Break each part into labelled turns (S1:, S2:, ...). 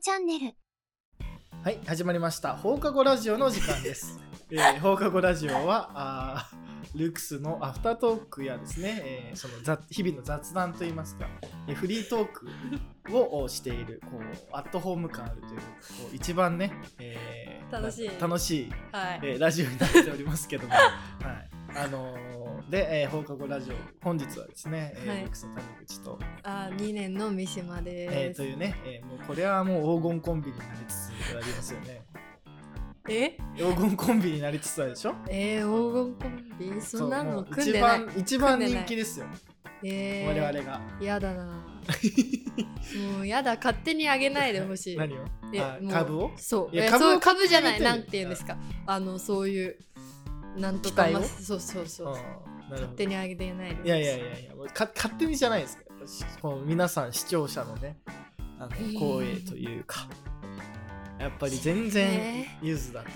S1: チャンネル
S2: はい始まりました放課後ラジオの時間です、 えー放課後ラジオはあールクスのアフタートークやですね、えーその雑日々の雑談といいますか、えーフリートークをおしているこうアットホーム感あるというこう一番ね、えー
S3: 楽しい
S2: 楽しい
S3: はい。
S2: えーラジオになっておりますけども、 はい、あのーで、えー放課後ラジオ本日はですね、えー
S3: はい
S2: ルックスの谷口と、
S3: あー、二年の三島
S2: えー
S3: です
S2: と。いうね、えーもうこれはもう黄金コンビになりつつありますよね
S3: え
S2: 黄金コンビになりつつあるでしょ
S3: えー、黄金コンビそんな
S2: も
S3: の
S2: う
S3: 組んでない。
S2: 一番一番
S3: 組んでな
S2: 人気
S3: い
S2: ですよ、
S3: え
S2: 我
S3: ー、
S2: 々が
S3: やだな。もうやだ、勝手にあげないでほし い。
S2: 何を
S3: え
S2: あ
S3: もう
S2: 株を
S3: そう。
S2: いや
S3: え
S2: 株を
S3: そう株じゃ
S2: 買っ
S3: ない。
S2: てみ
S3: な
S2: て
S3: んて言うんですか。あの、そういう、なんとか
S2: 期待を
S3: まそうそうそう。
S2: うんなる
S3: 勝
S2: ほど
S3: 手にあげてないでほし
S2: いやいやいやいやもうか勝手にじゃないですけどしこの皆さん視聴者のねあの
S3: ー
S2: 光栄というかやっぱり全然
S3: ね
S2: ゆずだと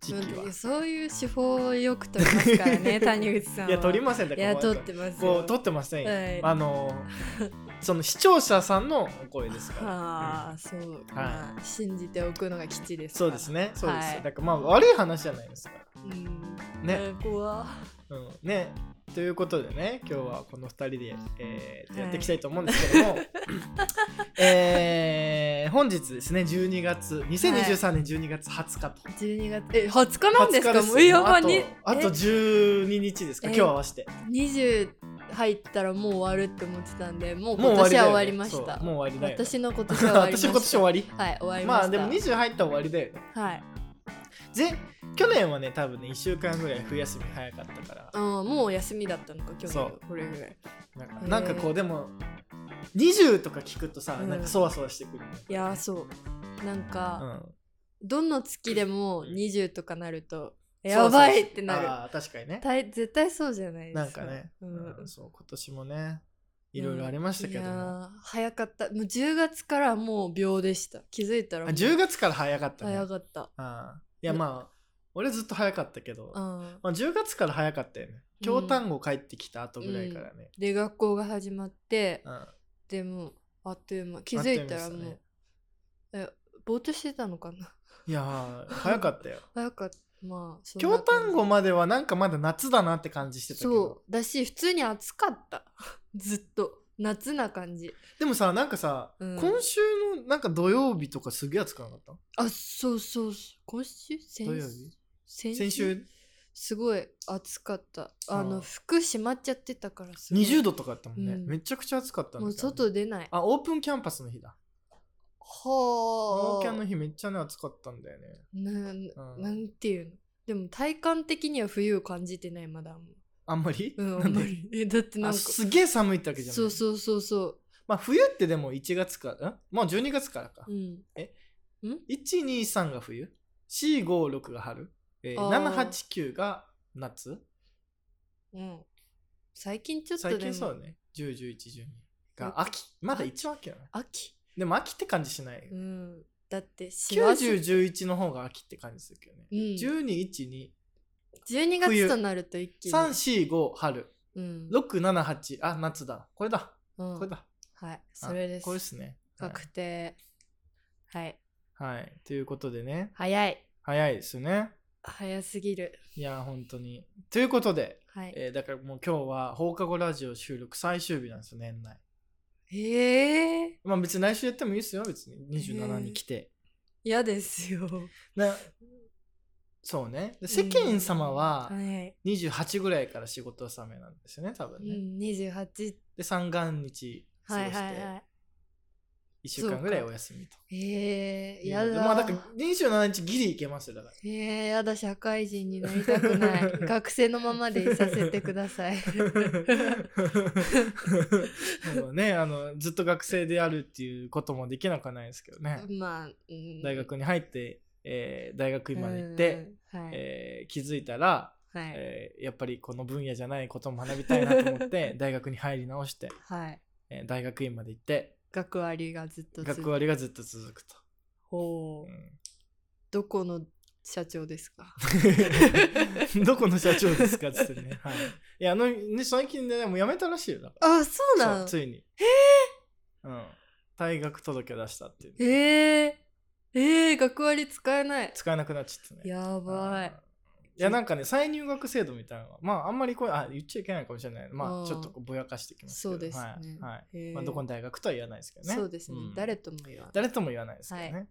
S2: 時期は
S3: うんそういう手法をよく取りますから ね、谷口さんは。
S2: いや取りませんだ
S3: いや、
S2: ここは
S3: 取ってます
S2: こ
S3: よ。
S2: う取ってませんよ、
S3: はい
S2: あ のーその視聴者さんのお声ですから
S3: はあ、そうか、
S2: は
S3: 信じておくのが吉ですか
S2: そう
S3: ら。
S2: ですねそうです、
S3: はい
S2: だからまあ悪い話じゃないですから
S3: うん。
S2: ね、
S3: えー。怖
S2: うん、ねということでね今日はこの2人で、えーやっていきたいと思うんですけど も、えー本日ですね12月2023年12月20日と。
S3: 十二月え二十日なんです
S2: 20
S3: か
S2: 日
S3: もうやば
S2: あと
S3: に
S2: あと12日ですか
S3: え
S2: 今日合わせて
S3: 二十入ったらもう終わるって思ってたんでもう
S2: もう
S3: 今
S2: 終わり
S3: 年
S2: だよ、ね、
S3: は終わりました。
S2: そうもう終わりだよ、ね、
S3: 私の今年は終わりまし
S2: 私
S3: た。
S2: の今年終わり
S3: はい終わりまし
S2: ま
S3: た。
S2: あでも20入ったら終わりだよね
S3: はい。
S2: ぜ去年はね多分ね1週間ぐらい冬休み早かったから
S3: うんもう休みだったのか今日
S2: そう
S3: これぐらい。
S2: なんか
S3: へー
S2: なんかこうでも20とか聞くとさ、
S3: うん
S2: なんかそわそわしてくるね、
S3: いやーそうなん
S2: う
S3: か、
S2: ん、
S3: どの月でも二十とかなると
S2: そうそ
S3: や
S2: う
S3: ばいってなる。
S2: あー確かにね
S3: たい絶対そうじゃないですか。
S2: なんかね、
S3: う
S2: うんん、そう今年もねいろいろありましたけども、
S3: いや
S2: あ
S3: ー早かったもう10月からもう秒でした気づいたらもう
S2: 10月から早かったね
S3: 早かった、
S2: あーいやまあ俺ずっと早かったけど、
S3: うん、
S2: まあ、10月から早かったよね京丹後帰ってきた後ぐらいからね、
S3: で学校が始まって
S2: うん
S3: でもうあっという間気づいたら
S2: あっ
S3: もう、
S2: という間でし
S3: えぼーっとしてたのかない
S2: やー早か ったよ
S3: 早かったまあそんな
S2: 京丹後
S3: 感
S2: まではなんかまだ夏だなって感じして
S3: じ
S2: たけど
S3: そうだし普通に暑かった ずっと夏な感じ
S2: でもさなんかさ、
S3: うん
S2: 今週のなんか土曜日とかすげえ暑くなかった
S3: あそうそうそう今週先
S2: 土曜日
S3: 先
S2: 先週
S3: すごい暑かったあ
S2: う
S3: の
S2: ん
S3: 服しまっちゃってたからすごい
S2: 20度とかあったもんね、
S3: うん
S2: めちゃくちゃ暑かったんだけどね
S3: もう外出ない
S2: あオープンキャンパスの日だオー
S3: は
S2: プンキャンの
S3: あ
S2: 日めっちゃね暑かったんだよね
S3: なん
S2: うん
S3: なんていうのでも体感的には冬を感じてないまだあんま
S2: あんまり、
S3: うん
S2: な
S3: あ
S2: ん
S3: ん
S2: で
S3: まり えだってなん
S2: あ
S3: か
S2: すげえ寒いってわけじゃない
S3: そうそうそうそ
S2: まあ冬ってでも1月からんもう12月からか、
S3: ううん
S2: 123が冬456が春、えー、
S3: あー
S2: 789が夏
S3: うん最近ちょっと
S2: 最
S3: で
S2: 近そう
S3: も
S2: だね101112が秋まだ1わけよね
S3: 秋
S2: でも秋って感じしない、
S3: うんだって師走
S2: 9011の方が秋って感じするけどね、
S3: うん
S2: 121234冬
S3: 12月となると一気に
S2: 5春
S3: うん
S2: 678あ夏だこれだ
S3: うん
S2: これだ、
S3: はいそれで
S2: あこれですすね。はい
S3: 確定はい
S2: はい。ということでね、
S3: 早い
S2: 早いですね。
S3: 早すぎる
S2: いや、本当に。ということで、
S3: はい
S2: えーだからもう今日は放課後ラジオ収録最終日なんですよ、年内。
S3: ええ
S2: まあ別に来週やってもいいですよ、別に。27に来て。
S3: 嫌ですよ
S2: なそうね。で世間様は
S3: はい
S2: 28ぐらいから仕事納めなんですよね、多
S3: う
S2: 分ね。
S3: ん28
S2: で、三が日過
S3: は
S2: ご
S3: い
S2: して
S3: はいはい
S2: 1週間ぐらいお休みと。
S3: えー、やだ。
S2: まあだから27日ギリいけますよ、だから。
S3: えー、やだ、社会人になりたくない。 学生のままでいさせてください。
S2: もうね、あのずっと学生であるっていうこともできなくはないですけどね、
S3: まあ、うん
S2: 大学に入って、えー大学院まで行って、、
S3: うんはい、
S2: えー気づいたら、
S3: はい、
S2: えーやっぱりこの分野じゃないことを学びたいなと思って 大学に入り直して、
S3: はい。
S2: えー大学院まで行って
S3: 学割がずっと
S2: 学割がずっと続く と、
S3: ほ
S2: う
S3: うどこの社長で すか
S2: んどこの社長ですかっつってね,、はい、いやあのね最近で、ね、もう辞めたらしいよだから
S3: あ、そうな
S2: そ
S3: の
S2: うついにへえ、うん退学届を出したっていう
S3: えー、えー、学割使えない。
S2: 使えなくなっちゃってね
S3: やばい。
S2: いやなんかね再入学制度みたいなのはまああんまりこれあ言っちゃいけないかもしれないま
S3: あ
S2: あ
S3: ー
S2: ちょっとこうぼやかしてきますけど
S3: そうですね
S2: はいはい
S3: へー
S2: まあ、どこの大学とは言わないですけどね
S3: そうですね。
S2: ん
S3: 誰とも言わない。
S2: 誰とも言わないですけどね、
S3: は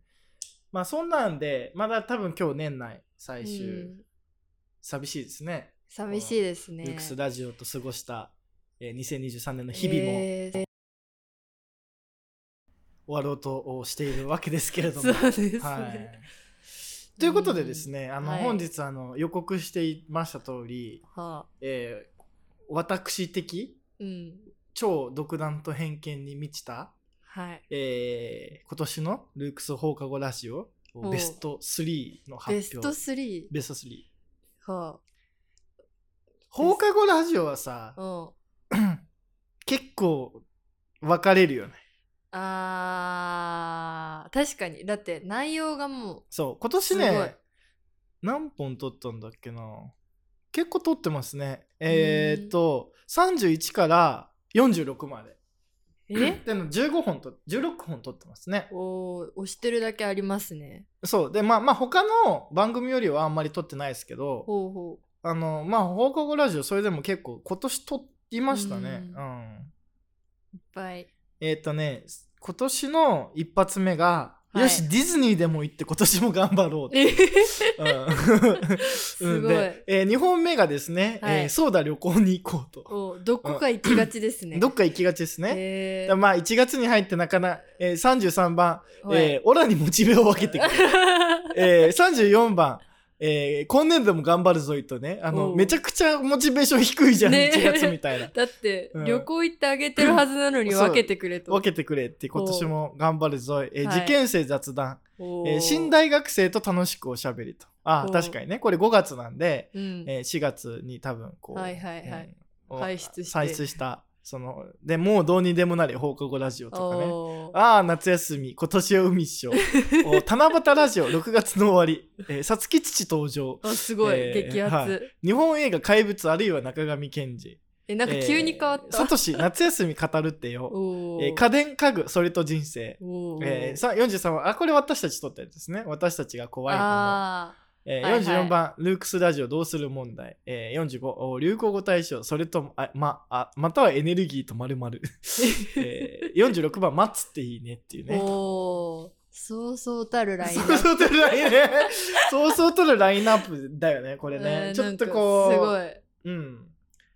S2: まあそんなんでまだ多分今日年内最終、
S3: うん
S2: 寂しいですね
S3: 寂しいですね。
S2: ルクスラジオと過ごした、えー2023年の日々も終
S3: えー
S2: わろうとしているわけですけれど
S3: そ
S2: も、
S3: うですね。
S2: はい、ということでですね、あの
S3: はい
S2: 本日あの予告していました通り、
S3: はあ、
S2: えー私的
S3: うん。
S2: 超独断と偏見に満ちた、
S3: はい。
S2: えー今年のルークス放課後ラジオ
S3: お
S2: ベスト3の発
S3: ベ
S2: 表
S3: スト 3?
S2: ベスト3
S3: は
S2: 放課後ラジオはさ
S3: あ、うん。
S2: 結構分かれるよね
S3: あー確かにだって内容がも
S2: そう今年
S3: すごい
S2: ね何本撮ったんだっけな結構撮ってますねえーっと31から46まで
S3: うえ
S2: での15本と16本撮ってますね
S3: おー押してるだけありますね
S2: そうでまあまあ他の番組よりはあんまり撮ってないですけど
S3: ほうほ
S2: あのまあ放課後ラジオそれでも結構今年撮りましたね
S3: う
S2: うん、
S3: ういっぱい
S2: えーっとね今年の一発目が、
S3: はい
S2: よしディズニーでも行って今年も頑張ろうって
S3: え
S2: うん
S3: す
S2: うん
S3: ごい、
S2: で、え2本目がですね、
S3: はい
S2: えーそうだ旅行に行こうと、
S3: おどこか行きがちですね
S2: どっか行きがちですね、
S3: え
S2: まあ1月に入ってなかな、えー33番、
S3: ーはい
S2: えーオラにモチベを分けてくれ、えー34番、えー今年度も頑張るぞいとねあ
S3: お
S2: の
S3: う
S2: めちゃくちゃモチベーション低いじゃん、
S3: ね
S2: 1月みたい な
S3: だって、
S2: うん
S3: 旅行行ってあげてるはずなのに
S2: そう
S3: 分けてくれと
S2: 分けてくれって今年も頑張るぞい、えー
S3: はい
S2: 受験生雑談、
S3: おー
S2: えー新大学生と楽しくおしゃべりとあー
S3: おう
S2: 確かにねこれ5月なんで、
S3: うん、
S2: えー4月に多分こう、
S3: はいはいはい
S2: うん
S3: 排出して
S2: 排出したそのでもうどうにでもなり放課後ラジオとかね
S3: おー
S2: ああ夏休み今年は海っしょお七夕ラジオ6月の終わりえーさつき父登場
S3: あすごい、
S2: えー
S3: 激アツ、
S2: はい日本映画怪物あるいは中上健二
S3: えなんか急に変わっ
S2: えー
S3: た、
S2: サトシ夏休み語るってよ、
S3: おー
S2: えー家電家具それと人生
S3: おー
S2: えー、さ43番あこれ私たち撮ったやつですね私たちが怖いもの
S3: あ
S2: えー
S3: はいはい
S2: 44番、ルークスラジオどうする問題。えー、45、お流行語大賞、それとも、あまあまたはエネルギーとまるまる。え ー46番、待つっていいねっていう
S3: ー、
S2: ね。
S3: おーそうそうたるラインナッ
S2: そうそう
S3: プ
S2: とるラインね。そうそうとるラインナップだよね、これね。
S3: うん
S2: ちょっと
S3: なん
S2: こ
S3: かす
S2: う、うん。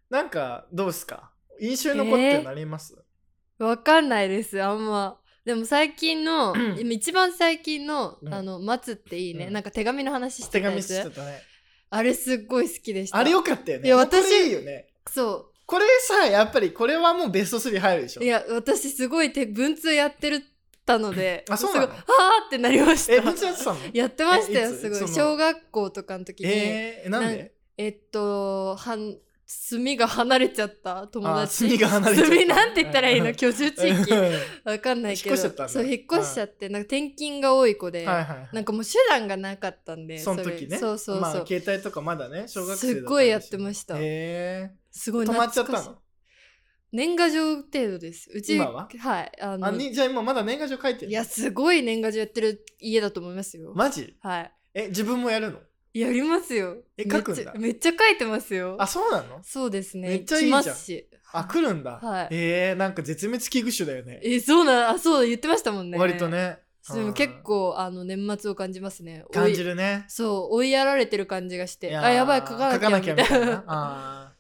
S2: なんか、どうすか印象に残ってなります、
S3: ごいわかんないですあんまでも最近の
S2: うん
S3: 一番最近の「
S2: うん
S3: あの待つっていいね」
S2: うん
S3: なんか手紙の話し
S2: 手
S3: てたや
S2: 紙
S3: つ
S2: してたね。
S3: あれすっごい好きでした
S2: あれよかったよね。
S3: いや私
S2: これいいよね。
S3: そ
S2: これさ、やっぱり、これはもうベスト3入るでしょ
S3: うい。や私すごい手文通やってるたので
S2: あそうなの
S3: すごいあーってなりました
S2: え、どっちやってたの
S3: やってましたよ
S2: えいつ
S3: すご
S2: そ
S3: い
S2: の
S3: 小学校とかの時に、
S2: えー、なんで
S3: えっとはん墨が離れちゃった友
S2: あー
S3: 達
S2: 墨が離れちゃった
S3: 墨なんて言ったらいいの居住地域 わかんないけ
S2: 引っ
S3: ど
S2: 越しちゃったんだ
S3: そう引っ越しちゃってなんか転勤が多い子で、
S2: はいはいはい
S3: なんかもう手段がなかったんで
S2: その時ね
S3: れそうそうそう、
S2: まあ携帯とかまだね小学生だ
S3: すっごいやってました
S2: へ
S3: すご
S2: え
S3: い
S2: 止まっちゃった
S3: 懐かしい
S2: の
S3: 年賀状程度ですうち
S2: 今はい
S3: あの
S2: あにじゃあ今まだ年賀状書いてる
S3: いやすごい年賀状やってる家だと思いますよ、
S2: マジ
S3: は
S2: え自分もやるの
S3: いやりますよ
S2: え書くんだ
S3: めっちゃめっちゃ書いてますよ
S2: あそうなの
S3: そうですね
S2: めっちゃいいじゃん
S3: 来ますし
S2: あ来るんだ
S3: はい
S2: えーなんか絶滅危惧種だよね
S3: えそうなあそう言ってましたもんね
S2: 割とね
S3: で
S2: う
S3: も
S2: ん
S3: 結構あの年末を感じますね
S2: 感じるね
S3: そう追いやられてる感じがして
S2: ー
S3: あやばい書かなき
S2: 書
S3: ゃみたい な
S2: あー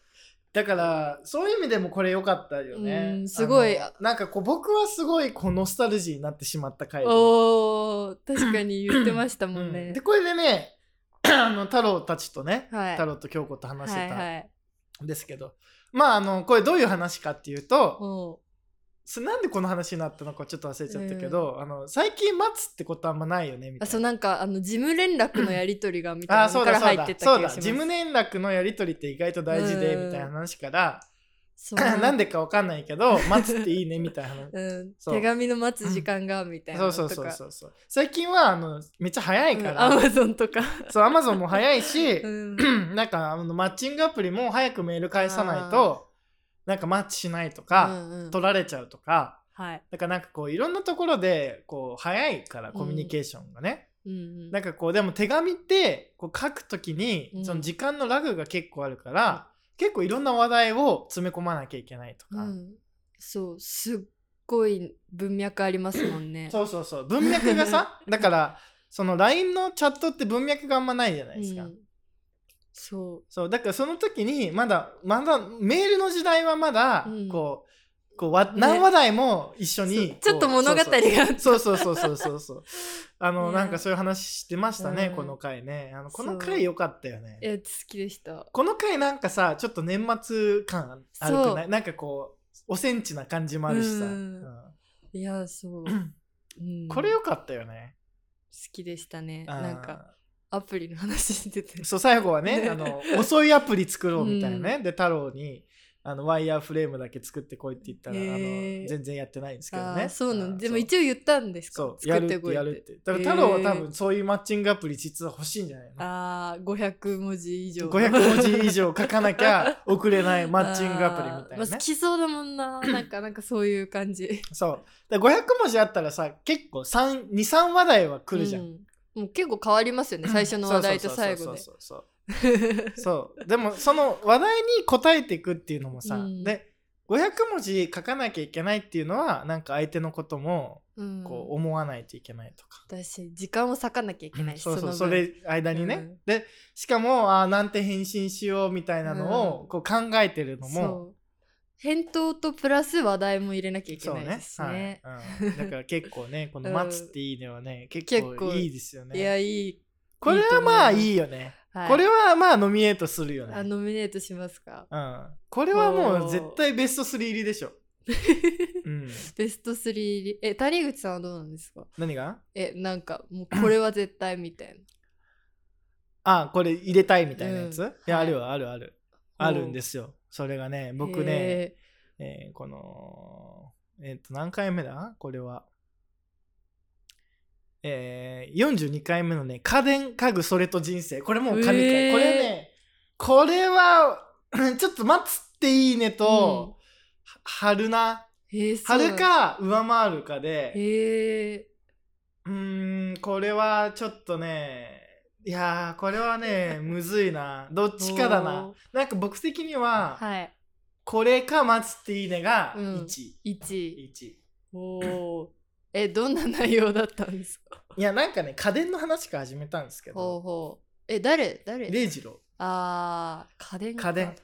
S2: だからそういう意味でもこれ良かったよ
S3: う
S2: ね
S3: んすごい
S2: あのなんかこう僕はすごいこうノスタルジーになってしまった回で
S3: おー確かに言ってましたもん
S2: うん
S3: ね
S2: で、これでね あの太郎たちとね、
S3: はい
S2: 太郎と京子と話して
S3: はい
S2: た
S3: はい
S2: んですけど、まああのこれどういう話かっていうと、
S3: お
S2: すなんでこの話になったのかちょっと忘れちゃったけど、あの最近待つってことあんまないよねみ
S3: あ
S2: た
S3: そう
S2: いな。
S3: なんかあの事務連絡のやり取りがみたい
S2: あ
S3: な
S2: あー
S3: の
S2: そう
S3: か
S2: だ
S3: ら
S2: そ
S3: 入
S2: う
S3: っ
S2: だ
S3: てった
S2: そう
S3: 気
S2: だ
S3: が
S2: 事
S3: しま
S2: 務
S3: す
S2: 連絡のやり取りって意外と大事で
S3: うん
S2: みたいな話から、
S3: そうなん
S2: なんでかわかんないけど待つっていいねみたいな 話
S3: うん、
S2: そう
S3: 手紙の待つ時間がみたいな
S2: そ
S3: の
S2: う
S3: と
S2: そうそ
S3: か
S2: うそうそう最近はあのめっちゃ早いから、
S3: アマゾンとか、
S2: そうアマゾンも早いし、
S3: うん、
S2: なんかあのマッチングアプリも早くメール返さないとなんかマッチしないと
S3: う
S2: か、
S3: んうん
S2: 取られちゃうとか
S3: はい。
S2: だからなんかこういろんなところでこう早いからコミュニケーションがね、
S3: うんうん。
S2: なんかこうでも手紙ってこう書くとき
S3: う
S2: に
S3: ん
S2: その時間のラグが結構あるから、結構いろんな話題を詰め込まなきゃいけないとか、
S3: うん、そう、すっごい文脈ありますもんね。
S2: そうそうそう文脈が さだからその LINE のチャットって文脈があんまないじゃないですか、
S3: うんそ
S2: そうだからその時にまだまだメールの時代はまだ
S3: うん
S2: こう,、こうわ
S3: ね
S2: 何話題も一緒に、
S3: そうちょっと
S2: こう
S3: 物語が
S2: そうそうそうそうそうそうそうあの
S3: ね
S2: なんかそういう話してましたね、
S3: うん
S2: この回ねあのこの
S3: そう
S2: 回良かったよね
S3: う。え、好きでした。
S2: この回なんかさちょっと年末感あるくな
S3: そ
S2: いなんかこうおセンチな感じもあるしさ、
S3: うん
S2: うん
S3: いや、そう。うん
S2: これ
S3: 好
S2: 良かったよね、
S3: きでしたね。
S2: あー
S3: なんか、アプリの話してて。
S2: そう最後はね
S3: ね
S2: あの遅いアプリ作ろうみたいなね、で太郎にあのワイヤーフレームだけ作ってこいって言ったら、
S3: へー
S2: あの全然やってないんですけど
S3: あ
S2: ね
S3: ーそうな
S2: あー
S3: の。でも
S2: そう
S3: 一応言ったんです
S2: そ
S3: か
S2: うや
S3: 作
S2: る
S3: っ
S2: って
S3: こ
S2: て
S3: い
S2: やるってだから太郎は多分そういうマッチングアプリ実は欲しいんじゃないの、
S3: あー500文字以上
S2: 500文字以上書かなきゃ送れ ないマッチングアプリみたい
S3: あ
S2: な
S3: ーまあ
S2: ね
S3: 好。きそうだも んななんかなんかそういう感じ
S2: そう。で500文字あったらさ、結構3、2、3話題は来るじゃん。
S3: うもう結構変わりますよね最初の話題と最後
S2: そう
S3: で
S2: そうそう そうそう。そう。でもその話題に答えていくっていうのもさ、
S3: うん
S2: で、500文字書かなきゃいけないっていうのは、なんか相手のことも
S3: うん
S2: こう思わないといけないとか。
S3: だし時間を割かなきゃいけないし
S2: そうそう
S3: の分
S2: それ間にね、
S3: うん
S2: でしかもあーなんて返信しようみたいなの
S3: う
S2: を
S3: ん
S2: こう考えてるのも、
S3: そう返答とプラス話題も入れなきゃいけ
S2: そう
S3: ない
S2: ね
S3: で。すね
S2: はいうん、だから結構ね、この待つっていいのはね、結
S3: 結
S2: 構
S3: 構
S2: いいですよ
S3: いや
S2: ね。
S3: いい、
S2: これはまあ
S3: いいと思い
S2: い
S3: ます
S2: いよね。
S3: はい、
S2: これはまあノミネートするよ
S3: あ
S2: ね。
S3: ノミネートしま すか
S2: うん、これはもう絶対ベスト3入りでしょ。うん、
S3: ベスト3入りえ谷口さんはどうなんですか
S2: 何が
S3: えなんかもうこれは絶対みたいな
S2: あ、これ入れたいみたいなやつ、
S3: うん
S2: いや、
S3: は
S2: あ
S3: い
S2: るよ、あるある。あるんですよ。それがね、僕ね、
S3: へ
S2: えーこの、えっ、と、何回目だこれは。えー、42回目のね、家電、家具、それと人生。これもう神回。
S3: えー
S2: これね、これは、 ちょっと待つっていいねと、は春な。
S3: ーへーそうな
S2: 春
S3: ん
S2: か上回るかで、
S3: へえ
S2: うーん、これはちょっとね、いやー、これは ね、むずいな。どっちかだな。なんか僕的には、
S3: はい
S2: これか待つっていいねが
S3: うん
S2: 1、
S3: 1位
S2: 1。
S3: おーえどんな内容だったんですか
S2: いやなんかね家電の話から始めたんですけ
S3: ほう
S2: ど
S3: ほうえ誰誰
S2: 礼二郎
S3: あー家電か
S2: 家電
S3: へ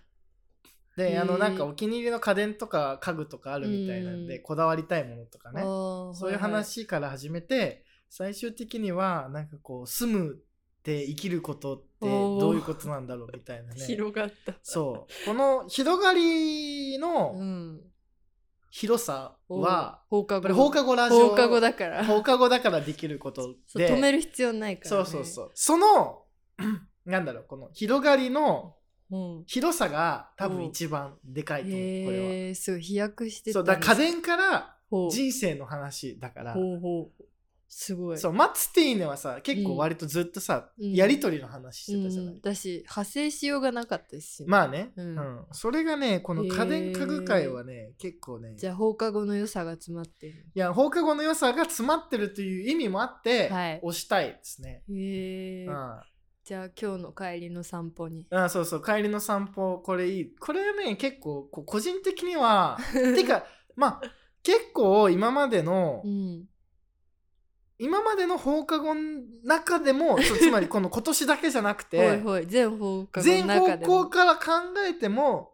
S2: で
S3: ー
S2: あのなんかお気に入りの家電とか家具とかあるみたいなんで
S3: うん
S2: こだわりたいものとかね
S3: あー
S2: そういう
S3: はは
S2: 話から始めて最終的にはなんかこう住むって生きることって
S3: おー
S2: どういうことなんだろうみたいなね
S3: 広がった
S2: そうこの広がり
S3: う
S2: の
S3: ん
S2: 広さ
S3: おー
S2: は
S3: 放課
S2: やっぱ
S3: 後
S2: り放課後ラジオ
S3: 放課後だから
S2: 放課後だからできること
S3: そう
S2: で
S3: 止める必要ないから
S2: そ
S3: ね
S2: うそうそうその なんだろうこの広がりの
S3: うん
S2: 広さが多分一番でかいと思うこれは。
S3: へえすごい飛躍して
S2: そうだから家
S3: 電
S2: 電から
S3: ほう
S2: 人生の話だから
S3: ほうほうすごい
S2: そうマッツティーネはさ結構割とずっとさ、
S3: うん
S2: やり取りの話してたじゃない、
S3: うん、だし派生しようがなかったですしね、
S2: まあね、
S3: う
S2: うんんそれがねこの家電家具界はね、結構ね
S3: じゃあ放課後の良さが詰まってる
S2: いや放課後の良さが詰まってるという意味もあって、
S3: はい
S2: 押したいですね、
S3: へえ、
S2: うん
S3: じゃあ今日の帰りの散歩に
S2: あそうそう帰りの散歩これいいこれね結構こう個人的に はてかまあ結構今までの、
S3: うん
S2: 今までの放課後の中でもそうつまりこの今年だけじゃなく て
S3: ほいほい全放課後の
S2: 全
S3: 中
S2: 方
S3: でも
S2: 向から考えても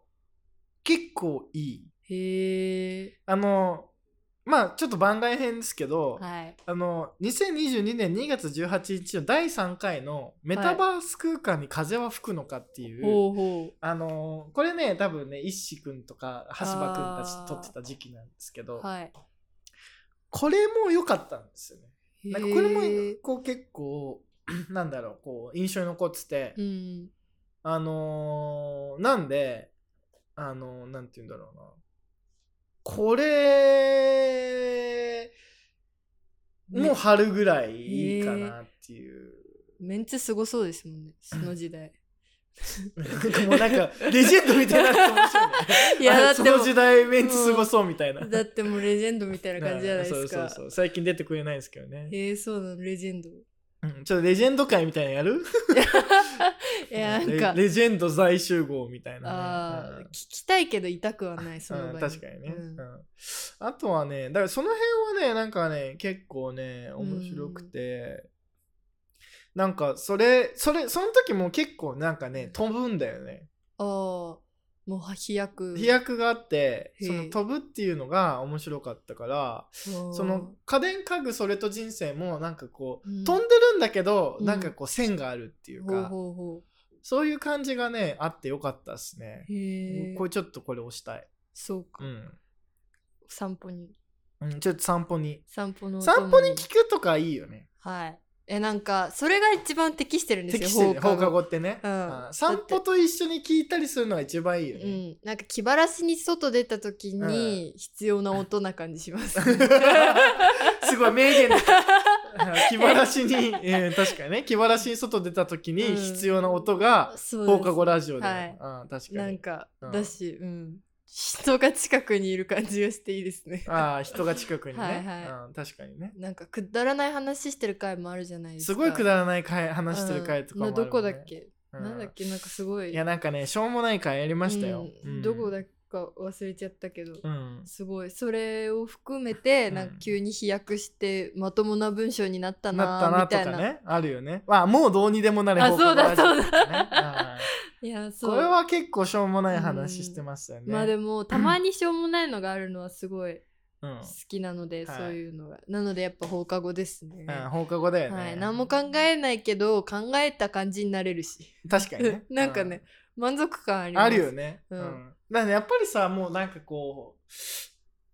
S2: 結構いい
S3: へえ
S2: あのまあちょっと番外編ですけど、
S3: はい
S2: あの2022年2月18日の第3回の「メタバース空間に風は吹くのか」っていう、
S3: ほうほ
S2: あのこれね多分ね一志くんとか橋場くんたち撮ってた時期なんですけ
S3: う
S2: ど、
S3: はい
S2: これも良かったんですよね。なんかこれも
S3: へえ
S2: こう結構なんだろうこう印象に残ってて、
S3: うん
S2: あのーなんであのーなんて言うんだろうなこれもう春ぐらいいいかなっていう、
S3: メンツすごそうですもんねその時代
S2: もうなんかレジェンドみたいになって面白いね
S3: い やだっ
S2: そ
S3: ても
S2: の時代メンツ過ごそうみたいな
S3: だってもうレジェンドみたいな感じ じゃないです
S2: そう
S3: か
S2: そうそう最近出てくれないですけどね、
S3: えー、そうなのレジェンド
S2: うんちょっとレジェンド会みたいなのやる
S3: いやなん
S2: レ
S3: か
S2: レジェンド大集合みたいな
S3: あ
S2: ね、
S3: ー聞きたいけど痛くはないその場
S2: うん
S3: に
S2: 確かにね、
S3: う
S2: うん
S3: ん
S2: あとはねだからその辺はねなんかね結構ね面白くて、なんかそれそれその時も結構なんかね飛ぶんだよね
S3: ああもうは飛躍
S2: 飛躍があって
S3: へえ
S2: その飛ぶっていうのが面白かったからそ
S3: そ
S2: の家電家具それと人生もなんかこう、
S3: うん
S2: 飛んでるんだけど、
S3: うん
S2: なんかこう線があるっていう
S3: ほう
S2: か、
S3: ほうほ
S2: そういう感じがねあってよかったですね
S3: う、へえ
S2: これちょっとこれ押したい
S3: そうか、
S2: うん、
S3: 散歩に
S2: うん、ちょっと散歩に
S3: 散歩のお供
S2: 散歩に聞くとかいいよね
S3: はいえなんかそれが一番適してるんですよ
S2: 適してるね放課
S3: 後
S2: 後ってね、
S3: うん
S2: あ散歩と一緒に聞いたりするのが一番いいよね、
S3: うん、 なんか気晴らしに外出た時に必要な音な感じ します、ね
S2: すごい名 言だ気晴らしに、えー確かにね気晴らしに外出た時に必要な音が
S3: そうです
S2: 放課後ラジオで、
S3: はい
S2: うん確か
S3: なん
S2: に
S3: か、
S2: うん
S3: だし、うん、人が近くにいる感じがしていいですね。
S2: ああ人が近くにね、
S3: はいは
S2: うん、確かにね
S3: なんかくだらない話してる回もあるじゃないですか。
S2: すごいく
S3: ら
S2: だらない回話してる回とかもあるもんね
S3: どこだっけ、
S2: うん
S3: なんだっけなんかすごい。
S2: いやなんかねしょうもない回やりましたよ、
S3: うん
S2: うん
S3: どこだっけか忘れちゃったけど、
S2: うん
S3: すごいそれを含め
S2: う
S3: て
S2: ん
S3: なんか急に飛躍してまともな文章になった
S2: なったな
S3: なーみ
S2: と
S3: たい
S2: か
S3: な。
S2: ねあるよねまあもうどうにでもなれ
S3: あ
S2: 放課後ラジオ
S3: そうだ
S2: とかねはい
S3: いやそう
S2: これは結構しょうもない話してましたよね、
S3: まあでもたまにしょうもないのがあるのはすごい
S2: うん
S3: 好きなので、
S2: はい
S3: そういうのが、なのでやっぱ放課後ですね、
S2: うん放課後だよね、
S3: はい、何も考えないけど考えた感じになれるし
S2: 確かにね
S3: なんかね、満足感あり
S2: うん
S3: ます
S2: あるよね、う
S3: うんん
S2: だからねやっぱりさもうなんかこう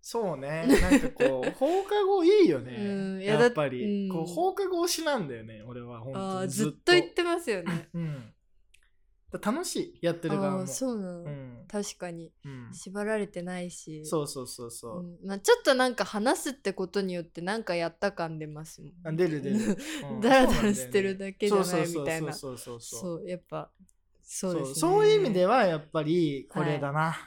S2: そうねなんかこ う放課後いいよね、
S3: うんいや
S2: や
S3: だ
S2: っぱり、
S3: うん
S2: こう放課後推しなんだよね俺は本
S3: あ
S2: 当
S3: ー
S2: に
S3: ずっと言ってますよね
S2: うん、だ楽しいやって
S3: あ
S2: る側も
S3: ーそうなの、
S2: うん
S3: 確かに
S2: うん
S3: 縛られてないし
S2: そうそうそうそう、
S3: んまあ、ちょっとなんか話すってことによってなんかやった感出ますもん
S2: あ出る 出る、うん
S3: ダラダラしてるだけじゃないみたいな
S2: そうそうそうそうそうそう
S3: そうやっぱそうですね
S2: そういう意味ではやっぱりこれだな、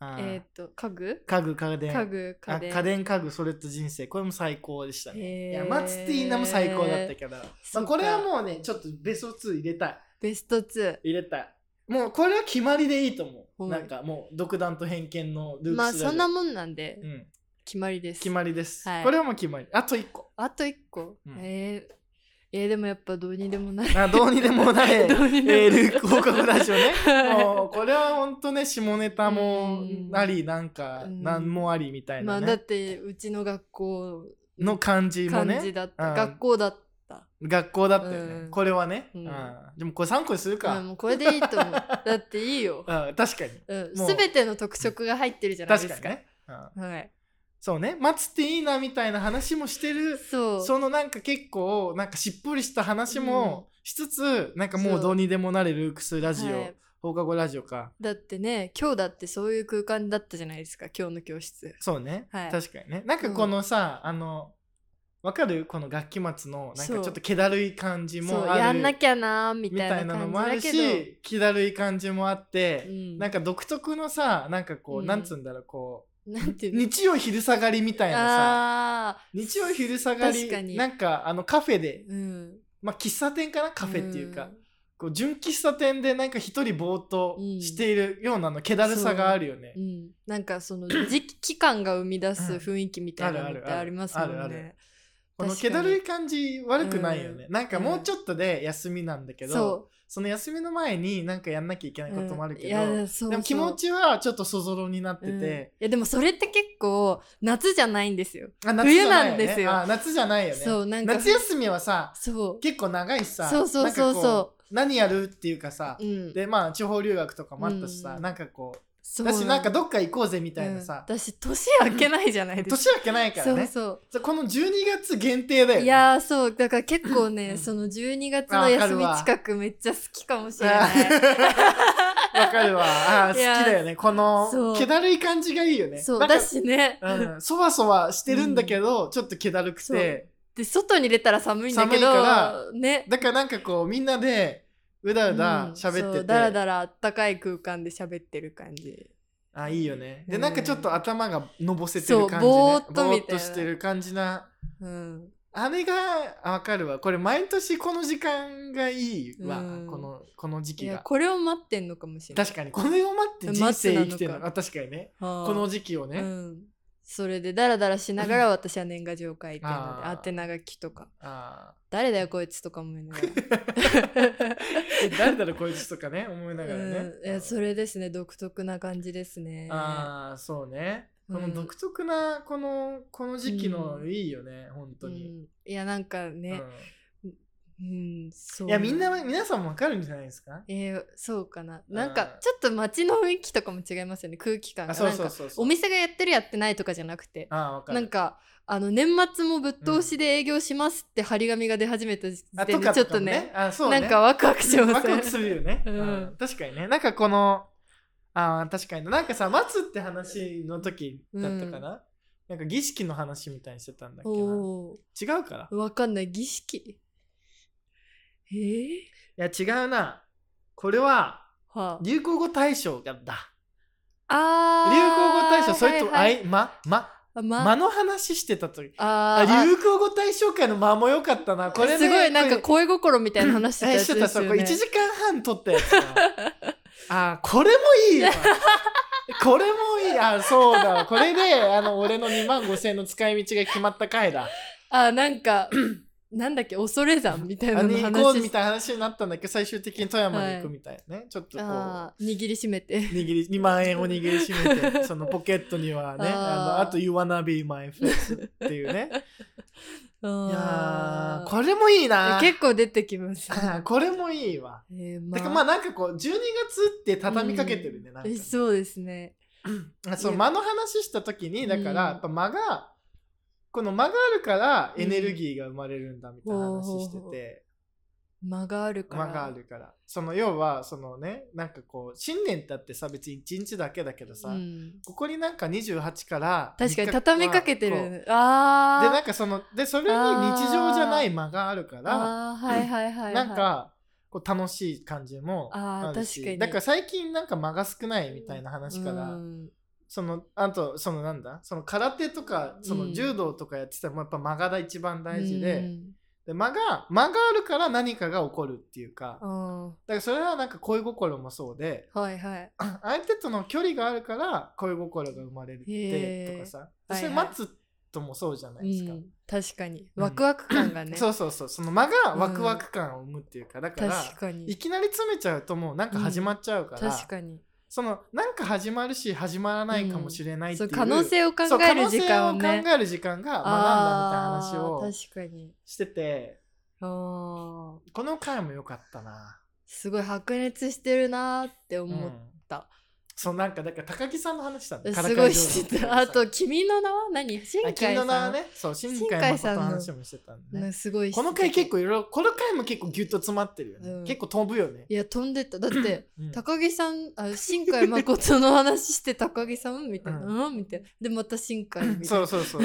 S2: あー
S3: えーっと家具
S2: 家具家電
S3: 家具家電
S2: あ家電家具それと人生これも最高でした
S3: へ
S2: ね
S3: ー
S2: いやマツティーナも最高だったけど、ま
S3: そ
S2: あ、
S3: うか
S2: これはもうねちょっとベスト2入れたい
S3: ベスト2
S2: 入れたいもうこれは決まりでいいと思う、
S3: はい
S2: なんかもう独断と偏見のルール
S3: まあそんな
S2: も
S3: もんなんで、
S2: うん、
S3: 決まりです
S2: 決まりです、
S3: はい
S2: これはもう決まりあと1個
S3: あと1個、
S2: うん
S3: えーえーでもやっぱどうにでもない
S2: あどうにでもない
S3: どうに
S2: え
S3: でもない
S2: ー、ル放課後ラジオね。もうこれは本当ね、下ネタもあり、なんか、
S3: うん
S2: なんもありみたい
S3: ま
S2: な
S3: あだっ
S2: ね。
S3: てうちの学校
S2: の感じも
S3: 感じ
S2: ね、
S3: だ
S2: う
S3: っ
S2: ん
S3: た学校だった、
S2: 学校だったよ
S3: う
S2: ね。
S3: ん
S2: これはね。う
S3: うん
S2: んでもこれ3個にする
S3: まあ、
S2: か。
S3: もうこれでいい と思うだっていいよ、
S2: うん確かに。
S3: うん、
S2: もう
S3: 全ての特色が入ってるじゃないで
S2: 確
S3: す
S2: か
S3: か
S2: にね。うん
S3: はい
S2: そうね。待つっていいなみたいな話もしてる。
S3: そう
S2: そのなんか結構、なんかしっぽりした話もしつつ、なんかもう
S3: そう
S2: どうにでもなれるルークスラジ
S3: は
S2: オ
S3: い、
S2: 放課後ラジオか。
S3: だってね今日だってそういう空間だったじゃないですか今日の教室
S2: そうね、
S3: はい
S2: 確かにねなんかこのさ、あのわかるこの楽器末のなんかち
S3: そ
S2: ょ
S3: う
S2: っと気だるい感じ
S3: そ
S2: も
S3: う
S2: ある
S3: やんなきゃなーみ
S2: み
S3: た
S2: た
S3: い
S2: い
S3: な
S2: なのもあ
S3: 感
S2: る
S3: じだけ
S2: し気だるい感じもあっ
S3: ど、
S2: て、
S3: うん、
S2: なんか独特のさなんかこう、
S3: うん
S2: なんつうんだろうこ
S3: なんて
S2: う
S3: いうの
S2: 日曜昼下がりみたいなさ
S3: ああ
S2: 日曜昼下が
S3: 確か
S2: り
S3: に
S2: なんかあのカフェで、
S3: うん
S2: まあ、喫茶店かなカフェっていうか、
S3: ん
S2: こう純喫茶店でなんか一人ぼーっとしているようなの気だるさがあるよね
S3: う。ん、なんかその 時期期間が生み出す雰囲気みたいな
S2: うんあ
S3: の
S2: る
S3: っ
S2: ある
S3: てありますも
S2: あるあ
S3: ん
S2: る
S3: ね。
S2: この
S3: 確か
S2: 気
S3: に
S2: だるい感じ悪くないよね、なんかもううんちょっとで休みなんだけど、そ
S3: そ
S2: の休みの前になんかやんなきゃいけないこ
S3: う
S2: ともあるけ
S3: い
S2: ど、
S3: やそうそう
S2: でも気持ちはちょっとそぞろになって
S3: うんい
S2: て、
S3: やでもそれって結構夏じゃないんですよ。
S2: あ夏じゃ
S3: 冬なんですよ
S2: あ夏じゃないよね
S3: そうなんか
S2: 夏休みはさ
S3: そ
S2: 結構長いしさ
S3: そうそうそう
S2: なんか
S3: そう
S2: こう何やるっていうかさ、
S3: う、うん、
S2: でまあ地方留学とかもあったしさ、
S3: うん
S2: なんかこう
S3: そう
S2: だしなんかどっか行こうぜみたいな
S3: うん
S2: さ、
S3: 私年明けないじゃないです
S2: 年明けない
S3: か。
S2: からね
S3: そう
S2: そうこの12月限定だよ
S3: そう。
S2: ね
S3: いやーそうだから結構
S2: うん
S3: ねその12月
S2: あわか
S3: の休
S2: る
S3: み
S2: わ
S3: 近くめっちゃ好きかもしれな
S2: あ
S3: い。
S2: ー わかるわ。あー好
S3: いや
S2: きだよね。こ
S3: そ
S2: の、
S3: う
S2: 気だるい感じがいいよね。
S3: そう
S2: なんか
S3: だしね、
S2: うん、そわそわしてるんだけど、ちょっと気だるくて。
S3: で外に出たら寒いんだけど
S2: 寒いか
S3: ね
S2: だからなんかこう、みんなで、うだうだ
S3: う
S2: 喋
S3: ん
S2: っ
S3: そ
S2: て
S3: う
S2: て、
S3: だらだらあったかい空間で喋ってる感じ
S2: あいいよねで
S3: うん
S2: なんかちょっと頭がのぼせてる感じ、ね、
S3: そうぼーっとみたいな
S2: ぼーっしてる感じな
S3: うん
S2: あれがあわかるわこれ毎年この時間がいいわ、
S3: うん
S2: このこの時
S3: い
S2: 期
S3: や
S2: が
S3: これを待ってんのかもしれない
S2: 確かにこれを待って人生生きてるの
S3: 待つなのか
S2: あ確かにね
S3: はあ
S2: この時期をね、
S3: うん、それでダラダラしながら私は年賀状書いてるの
S2: あー
S3: で宛名書きとか
S2: あ
S3: 「誰だよこいつ」とかも言いなが ら
S2: ーえ誰だろうこいつとかね思いながらね、
S3: うん、いやそれですね独特な感じですね
S2: ああそうねこ
S3: う
S2: の
S3: ん
S2: 独特なこのこの時期のいいよね、本当に、
S3: うん、いやなんか
S2: うん
S3: ね、うんそう
S2: いやみんなは皆さんもわかるんじゃないですか
S3: えーそうかな
S2: うん
S3: なんかちょっと街の雰囲気とかも違いますよね空気感
S2: あ
S3: が
S2: そう
S3: なん
S2: そう
S3: か
S2: そうそう
S3: お店がやってるやってないとかじゃなくて
S2: ああわかる
S3: なんかあの年末もぶっ通しで営業しますって張り紙が出始めた時
S2: あ
S3: 点
S2: と
S3: で
S2: か
S3: ちょ
S2: と
S3: っと
S2: かも
S3: ね
S2: ねあそう
S3: な
S2: ね
S3: んかワクワクしま
S2: ワ
S3: す
S2: ク
S3: よ
S2: ワ
S3: ね
S2: クするよね、
S3: うん
S2: うん確かにねなんかこのあー確かになんかさ待つって話の時だったかな、なんか儀式の話みたいにしてたんだっけな
S3: お
S2: 違うから
S3: お、わかんない。儀式えー、
S2: いや違うなこれは
S3: はあ。
S2: 流行語大賞がだ
S3: あー
S2: 流行語大賞それとも、
S3: はい
S2: あいまま
S3: あ、ま、
S2: 間の話してた時
S3: あ
S2: あ
S3: ー
S2: 流行語大賞会の間も良かったなこれね
S3: すごいなんか
S2: こ
S3: 恋心みたいな話して
S2: れ
S3: た
S2: えし
S3: や
S2: て
S3: つで
S2: た
S3: す
S2: そ
S3: よ
S2: こ
S3: ね。
S2: 1時間半撮ったやつ だあーこれもいいわ これもいいあーそうだわこれであの俺の2万5千円の使い道が決まった回 だ
S3: あ、なんか、 なんだっけ、恐れ山みたい
S2: あ
S3: な
S2: れ
S3: の
S2: に行こう
S3: 話
S2: み
S3: して
S2: たいな話になったんだけど最終的に富山に行くみたいなね、ちょっとこう
S3: あー握りしめて。
S2: 握り2万円を握りしめてそのポケットにはねあ
S3: あー
S2: のあと「You wanna be my face」っていうね
S3: い
S2: いやーこれもいいな
S3: 結構出てきます、
S2: あ ーこれもいいわ
S3: えーま
S2: だからまあなんかこう12月って畳みかけてるね、なんか
S3: えそうですね。
S2: あそう
S3: いや
S2: 間の話した時にだから
S3: うん
S2: やっぱ間がこの間があるからエネルギーが生まれるんだみたいな話してて、
S3: 間があるから。
S2: 間があるからその要はそのねなんかこう新年だってさ別に1日だけだけどさ、
S3: うん
S2: ここになんか28から
S3: 確かに畳みかけて
S2: こう
S3: る。ああ。
S2: でなんかそのでそれに日常じゃない間があるから
S3: あーはいはいはい、はい、
S2: なんかこう楽しい感じも
S3: あー
S2: あるし
S3: 確かに
S2: だから最近なんか間が少ないみたいな話から、
S3: うん
S2: そのあとそのなんだその空手とかそうの
S3: ん
S2: 柔道とかやっててもやっぱ間が一番大事で,、
S3: うん
S2: で間が間があるから何かが起こるっていうか、だ
S3: あ
S2: からそれはなんか恋心もそうで
S3: ーはいはい
S2: 相手との距離があるから恋心が生まれるって
S3: へ
S2: と
S3: ー
S2: かさ、
S3: はいはい
S2: それ待つともそうじゃな
S3: う
S2: いですか。
S3: ん、確かに
S2: うん
S3: ワクワク感が ね、
S2: そうそうそうその間がワクワク感を生むっていうか、だから
S3: 確かに
S2: いきなり詰めちゃうともうなんか始まっちゃうから、
S3: 確かに
S2: そのなんか始まるし始まらないかもしれないって
S3: そ
S2: いう,、
S3: う可能性を考
S2: そう
S3: える時間
S2: 可
S3: を
S2: 能性を
S3: ね
S2: 考える時間が学んだみたいな話
S3: あ
S2: を
S3: ー確かに
S2: してて
S3: あー
S2: この回も良かったな、
S3: すごい白熱してるなーって
S2: う
S3: 思う、た
S2: そうなんかだから高木さんの話したんだ
S3: すごいしてたあと「君の名は何?」新海さん
S2: 金の名はねそう新海誠の話もしてたんだ
S3: な
S2: ね
S3: んかすごいして
S2: こ
S3: た
S2: の回結構いろいろこの回も結構ギュッと詰まってるよね、
S3: うん
S2: 結構飛ぶよね
S3: いや飛んでっただって
S2: うん
S3: 高木さんあ新海誠の話して高木さんみたいな、
S2: う
S3: うんみたいなでまた新海みたい
S2: そ
S3: な
S2: うそうそう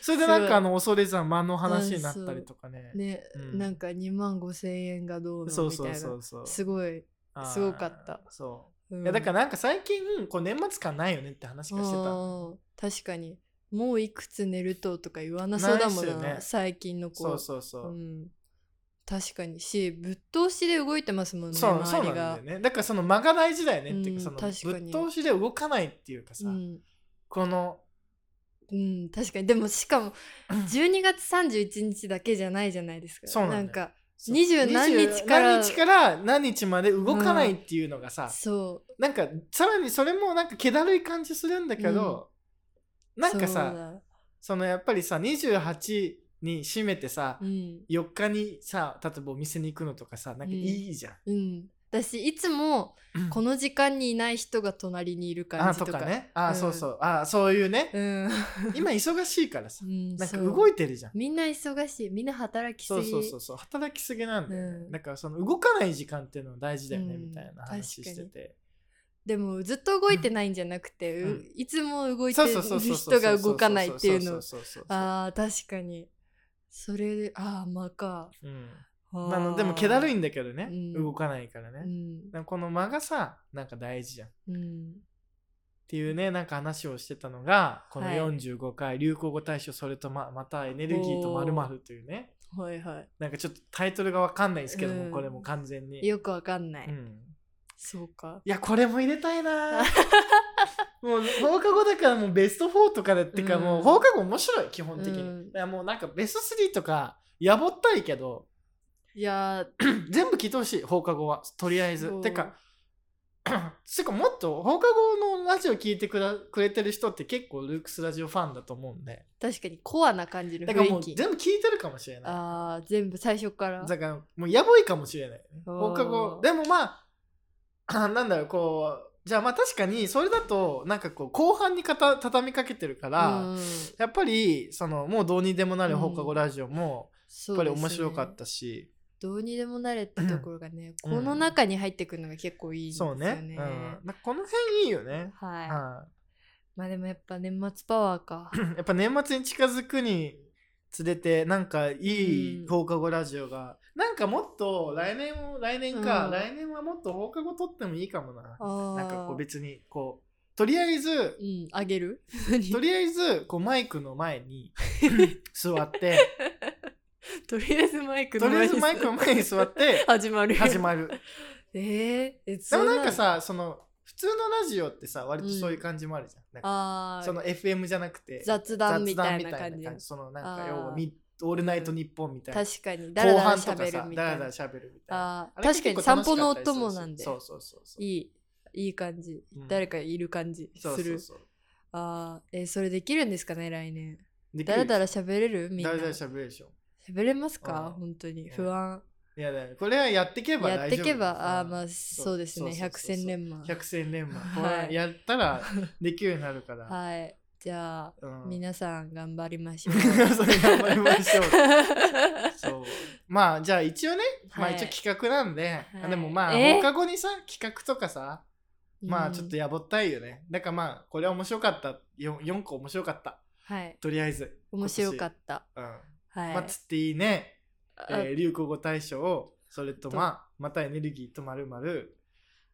S2: それでなんかあの恐れざ間の話になったりとかね。
S3: ね、
S2: うん
S3: なんか2万5千円がどうのみたい
S2: そ
S3: な
S2: うそうそうそう。
S3: すごい、
S2: あー
S3: すごかった。
S2: そ
S3: うん
S2: う。いやだからなんか最近こう年末感ないよねって話がしてた。
S3: うん確かにもういくつ寝るととか言わなそうだもん
S2: ないっ
S3: な
S2: すよね
S3: 最近の子
S2: そうそうそうう。
S3: ん、確かにしぶっ通しで動いてますもんね
S2: そうそうなん
S3: 周
S2: だ
S3: り
S2: よ
S3: が
S2: ね。だからその間が大事だよねっていうか
S3: うん
S2: そのぶ
S3: 確か
S2: っ
S3: に
S2: 通しで動かないっていうかさ
S3: う、ん、
S2: この
S3: うん、確かにでもしかも12月31日だけじゃないじゃないですか
S2: そうなんだよ
S3: なんか
S2: そう
S3: 20何日から
S2: 何日から何日まで動かないっていうのがさ、
S3: そう
S2: なんかさらにそれもなんか気だるい感じするんだけど、なんか
S3: そう
S2: さ
S3: だ
S2: そのやっぱりさ28に締めてさ、
S3: うん、
S2: 4日にさ例えばお店に行くのとかさなんかいいじゃん、
S3: うん、私いつも
S2: うん
S3: この時間にいない人が隣にいる感
S2: あ
S3: じと
S2: と
S3: か
S2: かねあ、
S3: うん
S2: そうそうあそういうね、
S3: うん、
S2: 今忙しいからさ
S3: うん、
S2: なんか
S3: そう
S2: 動いてるじゃん
S3: みんな忙しいみんな働きす
S2: そう
S3: ぎ
S2: そうそうそう働きすぎなんだよね、
S3: うん
S2: だからその動かない時間っていうのは大事だよね、
S3: うん
S2: みたいな話してて
S3: でもずっと動いてないんじゃなくて、
S2: うん
S3: ういつも動いて
S2: そう
S3: る
S2: そうそうそう
S3: 人が動かないっていう
S2: そ
S3: の
S2: そうそうそうそうそうそうそう
S3: あー確かにそれああまあか
S2: うん
S3: ほ
S2: まああの、でも気だるい
S3: ね、
S2: んだけどね、
S3: うん
S2: 動かないからね、
S3: うん
S2: なんかこの間がさなんか大事じゃんっ
S3: うん、
S2: ていうねなんか話をしてたのがこの
S3: はい
S2: 45回、流行語大賞それとままたエネルギーとまるまるというね
S3: はいは
S2: なんかちょっとタイトルがわかんないですけども、
S3: うん
S2: これも完全に
S3: いよくわかんない、
S2: うん、
S3: そうか
S2: いやこれも入れたいな もう放課後だからもうベスト4とかだってか、
S3: うん
S2: もう放課後面白い基本的に、
S3: うん
S2: いやもうなんかベスト3とかやぼったいけど
S3: いや
S2: 全部聞いてほしい放課後はとりあえず
S3: そう
S2: てか つうかもっと放課後のラジオ聞いてくらくれてる人って結構ルークスラジオファンだと思うんで
S3: 確かにコアな感じの
S2: だからもう
S3: 雰囲
S2: 全
S3: 気
S2: 部聞いてるかもしれない
S3: あー全部最初から
S2: だからもうやぼいかもしれないよね
S3: おー
S2: 放課後でもまあ なんだろうこうじゃあまあ確かにそれだとなんかこう後半にかた畳みかけてるから、
S3: うん
S2: やっぱりそのもうどうにでもなる放課後ラジオも
S3: そ
S2: や
S3: う
S2: っ
S3: で
S2: ぱ
S3: すね
S2: り面白かったし、
S3: どうにでもなれってところがね、この中に入ってくるのが結構いいんです
S2: そ
S3: よ
S2: う
S3: ね。
S2: ね、うん、なんかこの辺いいよね、
S3: はい。
S2: は
S3: まあでもやっぱ年末パワーか。
S2: いやっぱ年末に近づくにつれてなんかいい
S3: うん
S2: 放課後ラジオが、なんかもっと来年も来年か、
S3: うん
S2: 来年はもっと放課後撮ってもいいかもな
S3: あ ー
S2: なんかこう別にこうとりあえず
S3: うん、あげる
S2: とりあえずこうマイクの前に座って
S3: とりあえずマイク
S2: と
S3: の
S2: りあえ
S3: 前に
S2: ずマイクの前に座って
S3: 始まる。
S2: 始
S3: る。
S2: まる
S3: えー、え
S2: で
S3: そ
S2: も
S3: う
S2: なんか、さその普通のラジオってさ割とそういう感じもあるじゃん,、なんか
S3: あー
S2: その FM じゃなくて
S3: 雑談みたいな感じ。
S2: そのなんか
S3: あー
S2: 要はみオールナイトニッポンみたいな
S3: 確かに、だらだら
S2: 後半とか
S3: 喋
S2: さ
S3: るみ
S2: だ
S3: た
S2: らだ
S3: いな
S2: ら。しゃべるみたいな
S3: あ
S2: あれが
S3: ー確か
S2: 結
S3: に
S2: 構
S3: 散
S2: 楽しか
S3: 歩の
S2: ったりするし
S3: 音もなんで、
S2: そうそうそうそう
S3: いい、いい感じ。
S2: うん
S3: 誰かいる感じす
S2: そ
S3: る。
S2: うそうそう
S3: あーえーそれできるんですかね、来年。
S2: でき
S3: だ
S2: る
S3: らだら喋れるみん
S2: だ
S3: な。
S2: らだらしゃべるでしょ
S3: 喋れます
S2: うん
S3: か本当に
S2: うん
S3: 不安、
S2: いやだからこれはやってけば大丈夫
S3: やってけばああ
S2: うん
S3: ーまあそうですね
S2: そうそう
S3: 百
S2: そうそう
S3: 戦錬磨
S2: 百戦錬磨こ
S3: はい
S2: れやったらできるようになるから、
S3: はいじゃあ、
S2: うん、
S3: 皆さん頑張りましょう
S2: それ頑張りましょうそうまあじゃあ一応ね、 まあ
S3: はい
S2: 一応企画なんで、あ
S3: はい
S2: でもまあ
S3: え
S2: 放課後にさ企画とかさまあちょっと
S3: うん
S2: やぼったいよね、だからまあこれは面白かったよ4個面白かった
S3: はい
S2: とりあえず、
S3: 面白かった
S2: うん
S3: はい、
S2: まあつっていいね、
S3: あ
S2: えー流行語大賞をそれと
S3: と
S2: まあまたエネルギーとまるまる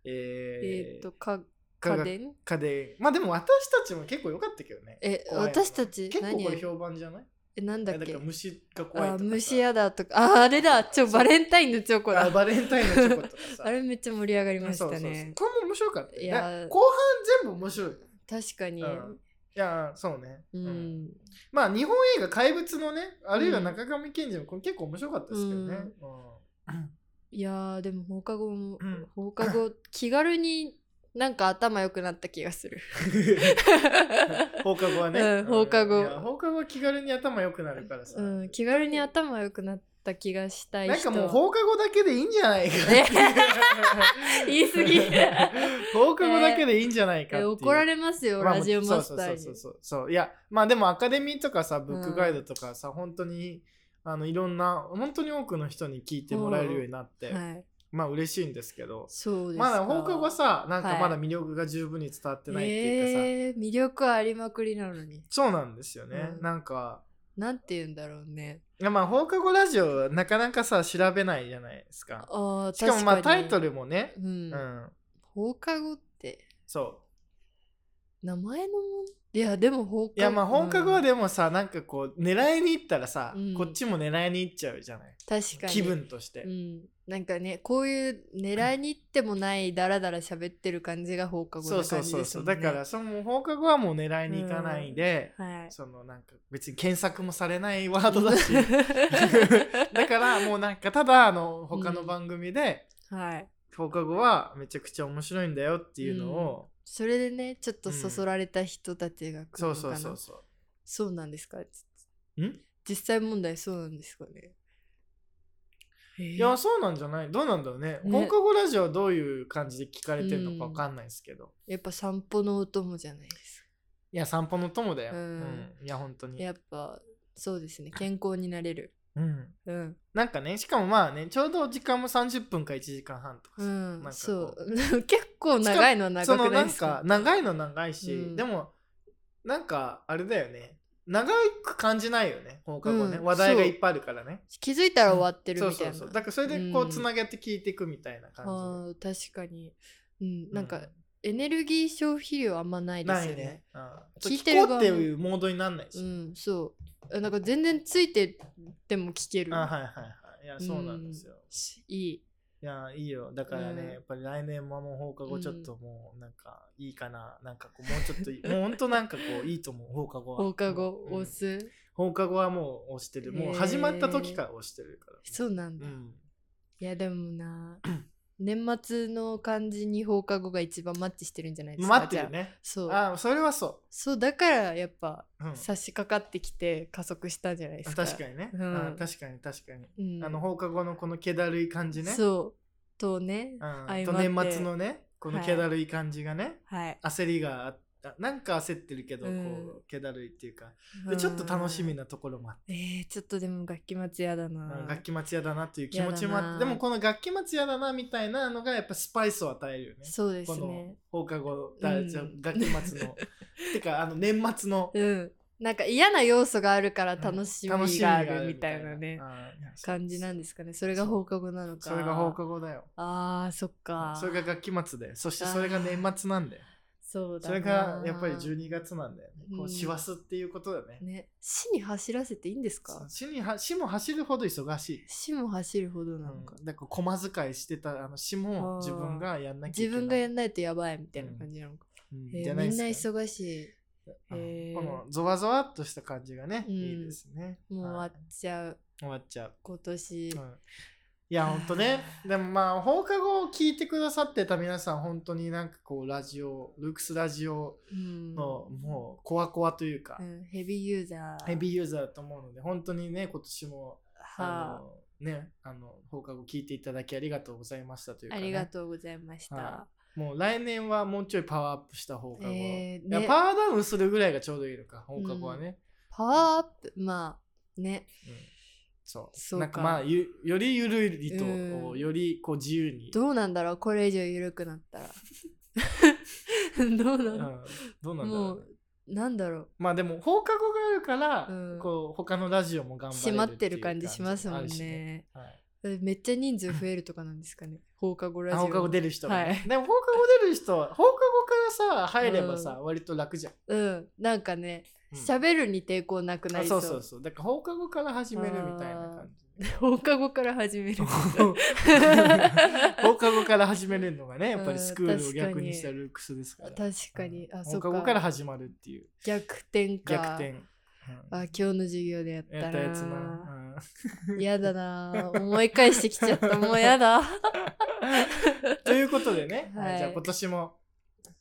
S2: えー
S3: えーっとか
S2: 科
S3: 家
S2: 学
S3: 電
S2: 家でまあでも私たちも結構良かったけどね
S3: え
S2: 怖いの
S3: 私たち
S2: 結構
S3: 何
S2: これ評判じゃない
S3: えなんだっ
S2: だか
S3: け
S2: ら虫が
S3: あ
S2: 怖いとか
S3: ー
S2: さ
S3: 虫やだとかあーあれだちょ
S2: そう
S3: バレンタインのチョコ
S2: あ
S3: だ
S2: バレンタインのチョコとかさ
S3: あれめっちゃ盛り上がりまし
S2: そ
S3: た
S2: うそうそう
S3: ね
S2: これも面白かったよ
S3: いや
S2: ね後半全部面白い
S3: 確かに
S2: うんいやーそうね、
S3: うん、
S2: まあ日本映画「怪物」のねあるいは
S3: うん
S2: 中上健二もこれ結構面白かったですけどね、
S3: うん
S2: うん
S3: いやーでも放課後 も、
S2: うん
S3: 放課後気軽になんか頭良くなった気が する
S2: 放課後はね、
S3: うん放課後
S2: いや放課後は気軽に頭良くなるからさ、
S3: うん、気軽に頭良くなった気がしたい
S2: なん
S3: 人
S2: かもう放課後だけでいいんじゃないかっていう
S3: 言い過ぎ
S2: 放課後だけでいいんじゃないかって
S3: え
S2: いう、
S3: 怒られますよ、
S2: まあ
S3: ラジオマスターに
S2: そうそうそうそうそういやまあでもアカデミーとかさブックガイドとかさ、本当にあのいろんな本当に多くの人に聞いてもらえるようになって、
S3: はい
S2: まあ嬉しいんですけど
S3: そうですか
S2: まだ放課後はさなんか
S3: はい
S2: まだ魅力が十分に伝わってないっていうかさ、
S3: えー魅力はありまくりなのに
S2: そうなんですよね、
S3: うん
S2: なんか
S3: なんて言うんだろうね
S2: いやまあ放課後ラジオはなかなかさ調べないじゃないですか
S3: あー
S2: しかもまあ
S3: 確か
S2: タ
S3: に
S2: イトルもね
S3: う
S2: うんん、
S3: 放課後って
S2: そ
S3: 名前のもんいやでも放
S2: う
S3: 課後
S2: いやまあ放課後はでもさなんかこう狙いに行ったらさ、
S3: うん
S2: こっちも狙いに行っちゃうじゃない
S3: うん確かに
S2: 気分として、
S3: うん、なんかねこういう狙いに行ってもないダラダラ喋ってる感じが放課後
S2: そう
S3: の
S2: そう
S3: 感じ
S2: そう
S3: です
S2: そ
S3: も
S2: うん
S3: ね
S2: だからその放課後はもう狙いに行かないで、
S3: はい
S2: そのなんか別に検索もされないワードだし だからもうなんかただあの他の番組で
S3: はい
S2: 放課後はめちゃくちゃ面白いんだよっていうのを、
S3: それでねちょっとそそられた人たちが来る
S2: そ
S3: の
S2: う
S3: かな、
S2: そうそうそう
S3: そうなんですかん
S2: ん
S3: 実際問題そうなんですかねえー
S2: いやそうなんじゃないどうなんだろうね
S3: ね
S2: 放課後ラジオはどういう感じで聞かれてるのかわかんないですけど、
S3: やっぱ散歩のお供じゃないです
S2: いや散歩の友だよ、
S3: う
S2: うん
S3: ん
S2: いや本当
S3: か
S2: に、
S3: やっぱそうですね健康になれる
S2: うん、
S3: うん
S2: なんかねしかもまあねちょうど時間も30分か1時間半とか
S3: う
S2: さ、なん
S3: ん
S2: かこう
S3: そう 結構長いのは
S2: そ
S3: 長
S2: の
S3: くな
S2: ないん
S3: ですか
S2: か長いの長いし、
S3: うん
S2: でもなんかあれだよね長く感じないよね放課後ね、
S3: うん
S2: 話題が
S3: そう
S2: いっぱいあるからね
S3: 気づいたら終わってる
S2: そう
S3: みた
S2: そ
S3: いうな、
S2: そうだからそれでこ
S3: う
S2: うんつなげて聞いていくみたいな感じで、
S3: あー確かに、うん、なん
S2: う
S3: かエネルギー消費量あんまないで
S2: な
S3: す
S2: い
S3: よね
S2: ね、うん、
S3: 聞いてる
S2: 聞こう
S3: 側も
S2: っていうモードになんないし、
S3: うんそうあなんか全然ついてっても聞ける
S2: あはいはいはいいやそうなんですよ、
S3: しいい
S2: いやいいよだからね、
S3: うん
S2: やっぱり来年はもう放課後ちょっともうなんかいいかな、なんかこうもうちょっとい いもうほんとなんかこういいと思う放課後は
S3: 放課後
S2: うん
S3: 押す、
S2: 放課後はもう押してるもう始まった時から押してるから、
S3: そうなんだ、
S2: うん
S3: いやでもな年末の感じに放課後が一番マッチしてるんじゃないですか
S2: 待ってる
S3: じゃあ
S2: ね
S3: そう
S2: あそれはそ
S3: そうだからやっぱ
S2: う、うん、
S3: 差し掛かってきて加速したんじゃないですか
S2: 確かにね、
S3: うん
S2: あ確かに確かに、
S3: に、うん、
S2: あの放課後のこの気だるい感じねう、
S3: そうとね
S2: ん、
S3: 相
S2: と
S3: まっ
S2: 年
S3: て
S2: 末のねこの気だるい感じがね、
S3: はい
S2: 焦りがあったなんか焦ってるけど、
S3: うん
S2: こう気だるいっていうかでちょっと楽しみなところもあって、
S3: うんえー、ちょっとでも楽器末やだな
S2: 楽器待ちやだなっていう気持ちも
S3: やだ
S2: あっ
S3: な
S2: てでもこの楽器待ちやだなみたいなのがやっぱスパイスを与えるよね
S3: そうです
S2: こ
S3: ね
S2: の放課後、
S3: ん
S2: だじゃあ楽器待ちのてかあの年末の
S3: うんなんか嫌な要素が あるから楽し
S2: 楽
S3: みがあるみたいなね、
S2: あーいやそう
S3: 感じなんですかねそれが放課後なのか
S2: それが放課後だよ
S3: あーそっか
S2: それが楽器末でそしてそれが年末なんだよ
S3: そうだ
S2: そ
S3: な
S2: れがやっぱり12月なんだよねこ
S3: う
S2: うん師走っていうことだよね、
S3: ね死に走らせていいんです
S2: そう
S3: か
S2: 死には死も走るほど忙しい
S3: 死も走るほどなのか、
S2: うん、だから駒遣いしてたあの詩も自分がやんなきゃい
S3: 自
S2: けない
S3: 分がやんないとやばいみたいな感じなのか、
S2: うん
S3: えー
S2: じゃない
S3: み
S2: で
S3: ん
S2: す
S3: な
S2: か
S3: 忙しい
S2: うん
S3: へー
S2: このゾワゾワっとした感じがね、
S3: うん
S2: いいですね
S3: もう終わ
S2: はい
S3: っちゃう
S2: 終わっちゃう、
S3: 今年、
S2: うんいやほんと ねでもまあ放課後を聞いてくださってた皆さん本当になんかこうラジオルークスラジオ
S3: うん
S2: のもうコワコワというか、
S3: うんヘビーユーザー
S2: ヘビーユーザーだと思うので本当にね今年もあ
S3: は
S2: のねあの放課後聞いていただきありがとうございましたという
S3: あ
S2: か、ね、
S3: りがとうございました、
S2: はもう来年はもうちょいパワーアップした放課後、
S3: え
S2: い
S3: ー
S2: や
S3: ね
S2: パワーダウンするぐらいがちょうどいいのか放課後はね、
S3: パワーアップまあ ね
S2: うんそう
S3: そうか
S2: なんかまあゆよりゆるりと、
S3: うん
S2: こうよりこう自由に
S3: どうなんだろうこれ以上緩くなった らど
S2: う
S3: うなんの、
S2: どうなんだろ
S3: も
S2: うね、
S3: うなんだろう
S2: まあでも放課後があるから、
S3: うん
S2: こう他のラジオも頑張れ
S3: 閉
S2: る
S3: ま
S2: っ
S3: ってて
S2: い
S3: る
S2: う
S3: 感じしますもん
S2: 感じあるし
S3: ね
S2: はい
S3: めっちゃ人数増えるとかなんですかね放課後ラジ
S2: あ
S3: オ
S2: 放課後出る人がね、
S3: はい
S2: でも放課後出る人は放課後からさ入ればさ、割と楽じゃん
S3: うんなんかね
S2: うん
S3: 喋るに抵抗なくな
S2: あ
S3: り
S2: そ
S3: そうう
S2: そうそうだから放課後から始めるみたいな感じ
S3: 放課後から始 める
S2: 放課後から始めるのがねやっぱりスクールを逆にしたルークスですから
S3: 確かにあそ
S2: 放
S3: っか
S2: 課後から始まるっていう
S3: 逆転か
S2: 逆転、
S3: あ今日の授業でやっ
S2: う
S3: た
S2: ん
S3: な
S2: やったやつな、
S3: やだな思い返してきちゃったもう やだ
S2: うん ということで ね、
S3: はい
S2: じゃあ今年も、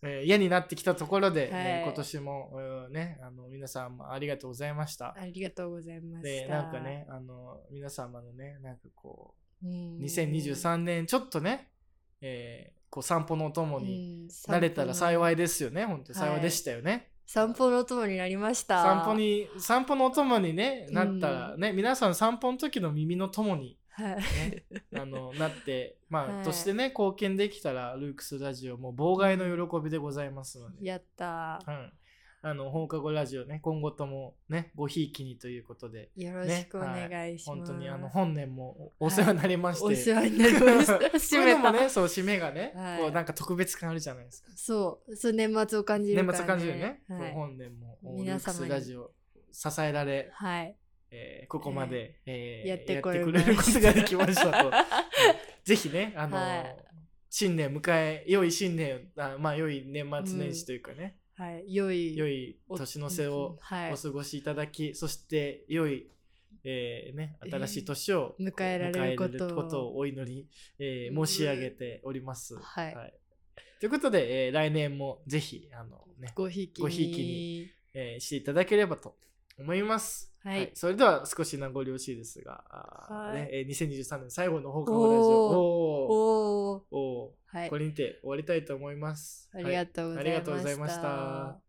S2: えー嫌になってきたところで、
S3: はい
S2: えー今年も、うんねあの皆さんもありがとうございました
S3: ありがとうございました
S2: でなんかねあの皆様のねなんかこう
S3: 2023
S2: 2023年ちょっとね、えーこう散歩のお供に
S3: 慣
S2: 慣れたら幸
S3: い
S2: いですよね本当
S3: はい
S2: 幸いでしたよね、
S3: 散歩のお供になりました
S2: 散歩に散歩のお供に、ね、なったらね、皆さん散歩の時の耳の友に、
S3: はい
S2: ね、あのなってまあ、
S3: はい
S2: としてね貢献できたらルークスラジオも妨害の喜びでございますので、
S3: やった
S2: うん、あの放課後ラジオね今後ともねごひいきにということで
S3: よろしくお願いします
S2: 本当にあの本年もおお世話になりまして、
S3: お世話になりまし
S2: そ
S3: た
S2: う
S3: 締
S2: いう
S3: め
S2: のも
S3: た
S2: ねそう締めがね、
S3: はい
S2: こうなんか特別感あるじゃないですか。
S3: そうそう年末を感じる
S2: 年
S3: から
S2: 末感じるね、
S3: は
S2: こう
S3: い、
S2: 本年もルー
S3: 皆
S2: ク
S3: 様
S2: ス
S3: に
S2: ラジオ支えられ、
S3: はい、
S2: えーここまで、えー
S3: やってこれ
S2: やってくれることができましたと うんぜひねあの、
S3: はい
S2: 新年迎え良い新年あまあ良い年末年始というかね、
S3: はい、良い
S2: 良
S3: い
S2: い年の瀬を
S3: はい
S2: お過ごしいただき、そして良いえーね、新しい年を
S3: えー迎えられることを
S2: 迎えをお祈り、えー申し上げております。
S3: はい
S2: ということで、えー来年もぜひあの、ね、
S3: ごひいきに
S2: ごひいきにえーしていただければと思います。
S3: はい
S2: それでは少し名残惜しいですが、あー
S3: はい
S2: ねえー2023年最後の放課後ラジオお
S3: おお
S2: ーおー
S3: はい
S2: これにて終わりたいと思います。
S3: ありがとうござい
S2: はい
S3: ました、
S2: ありがとうございました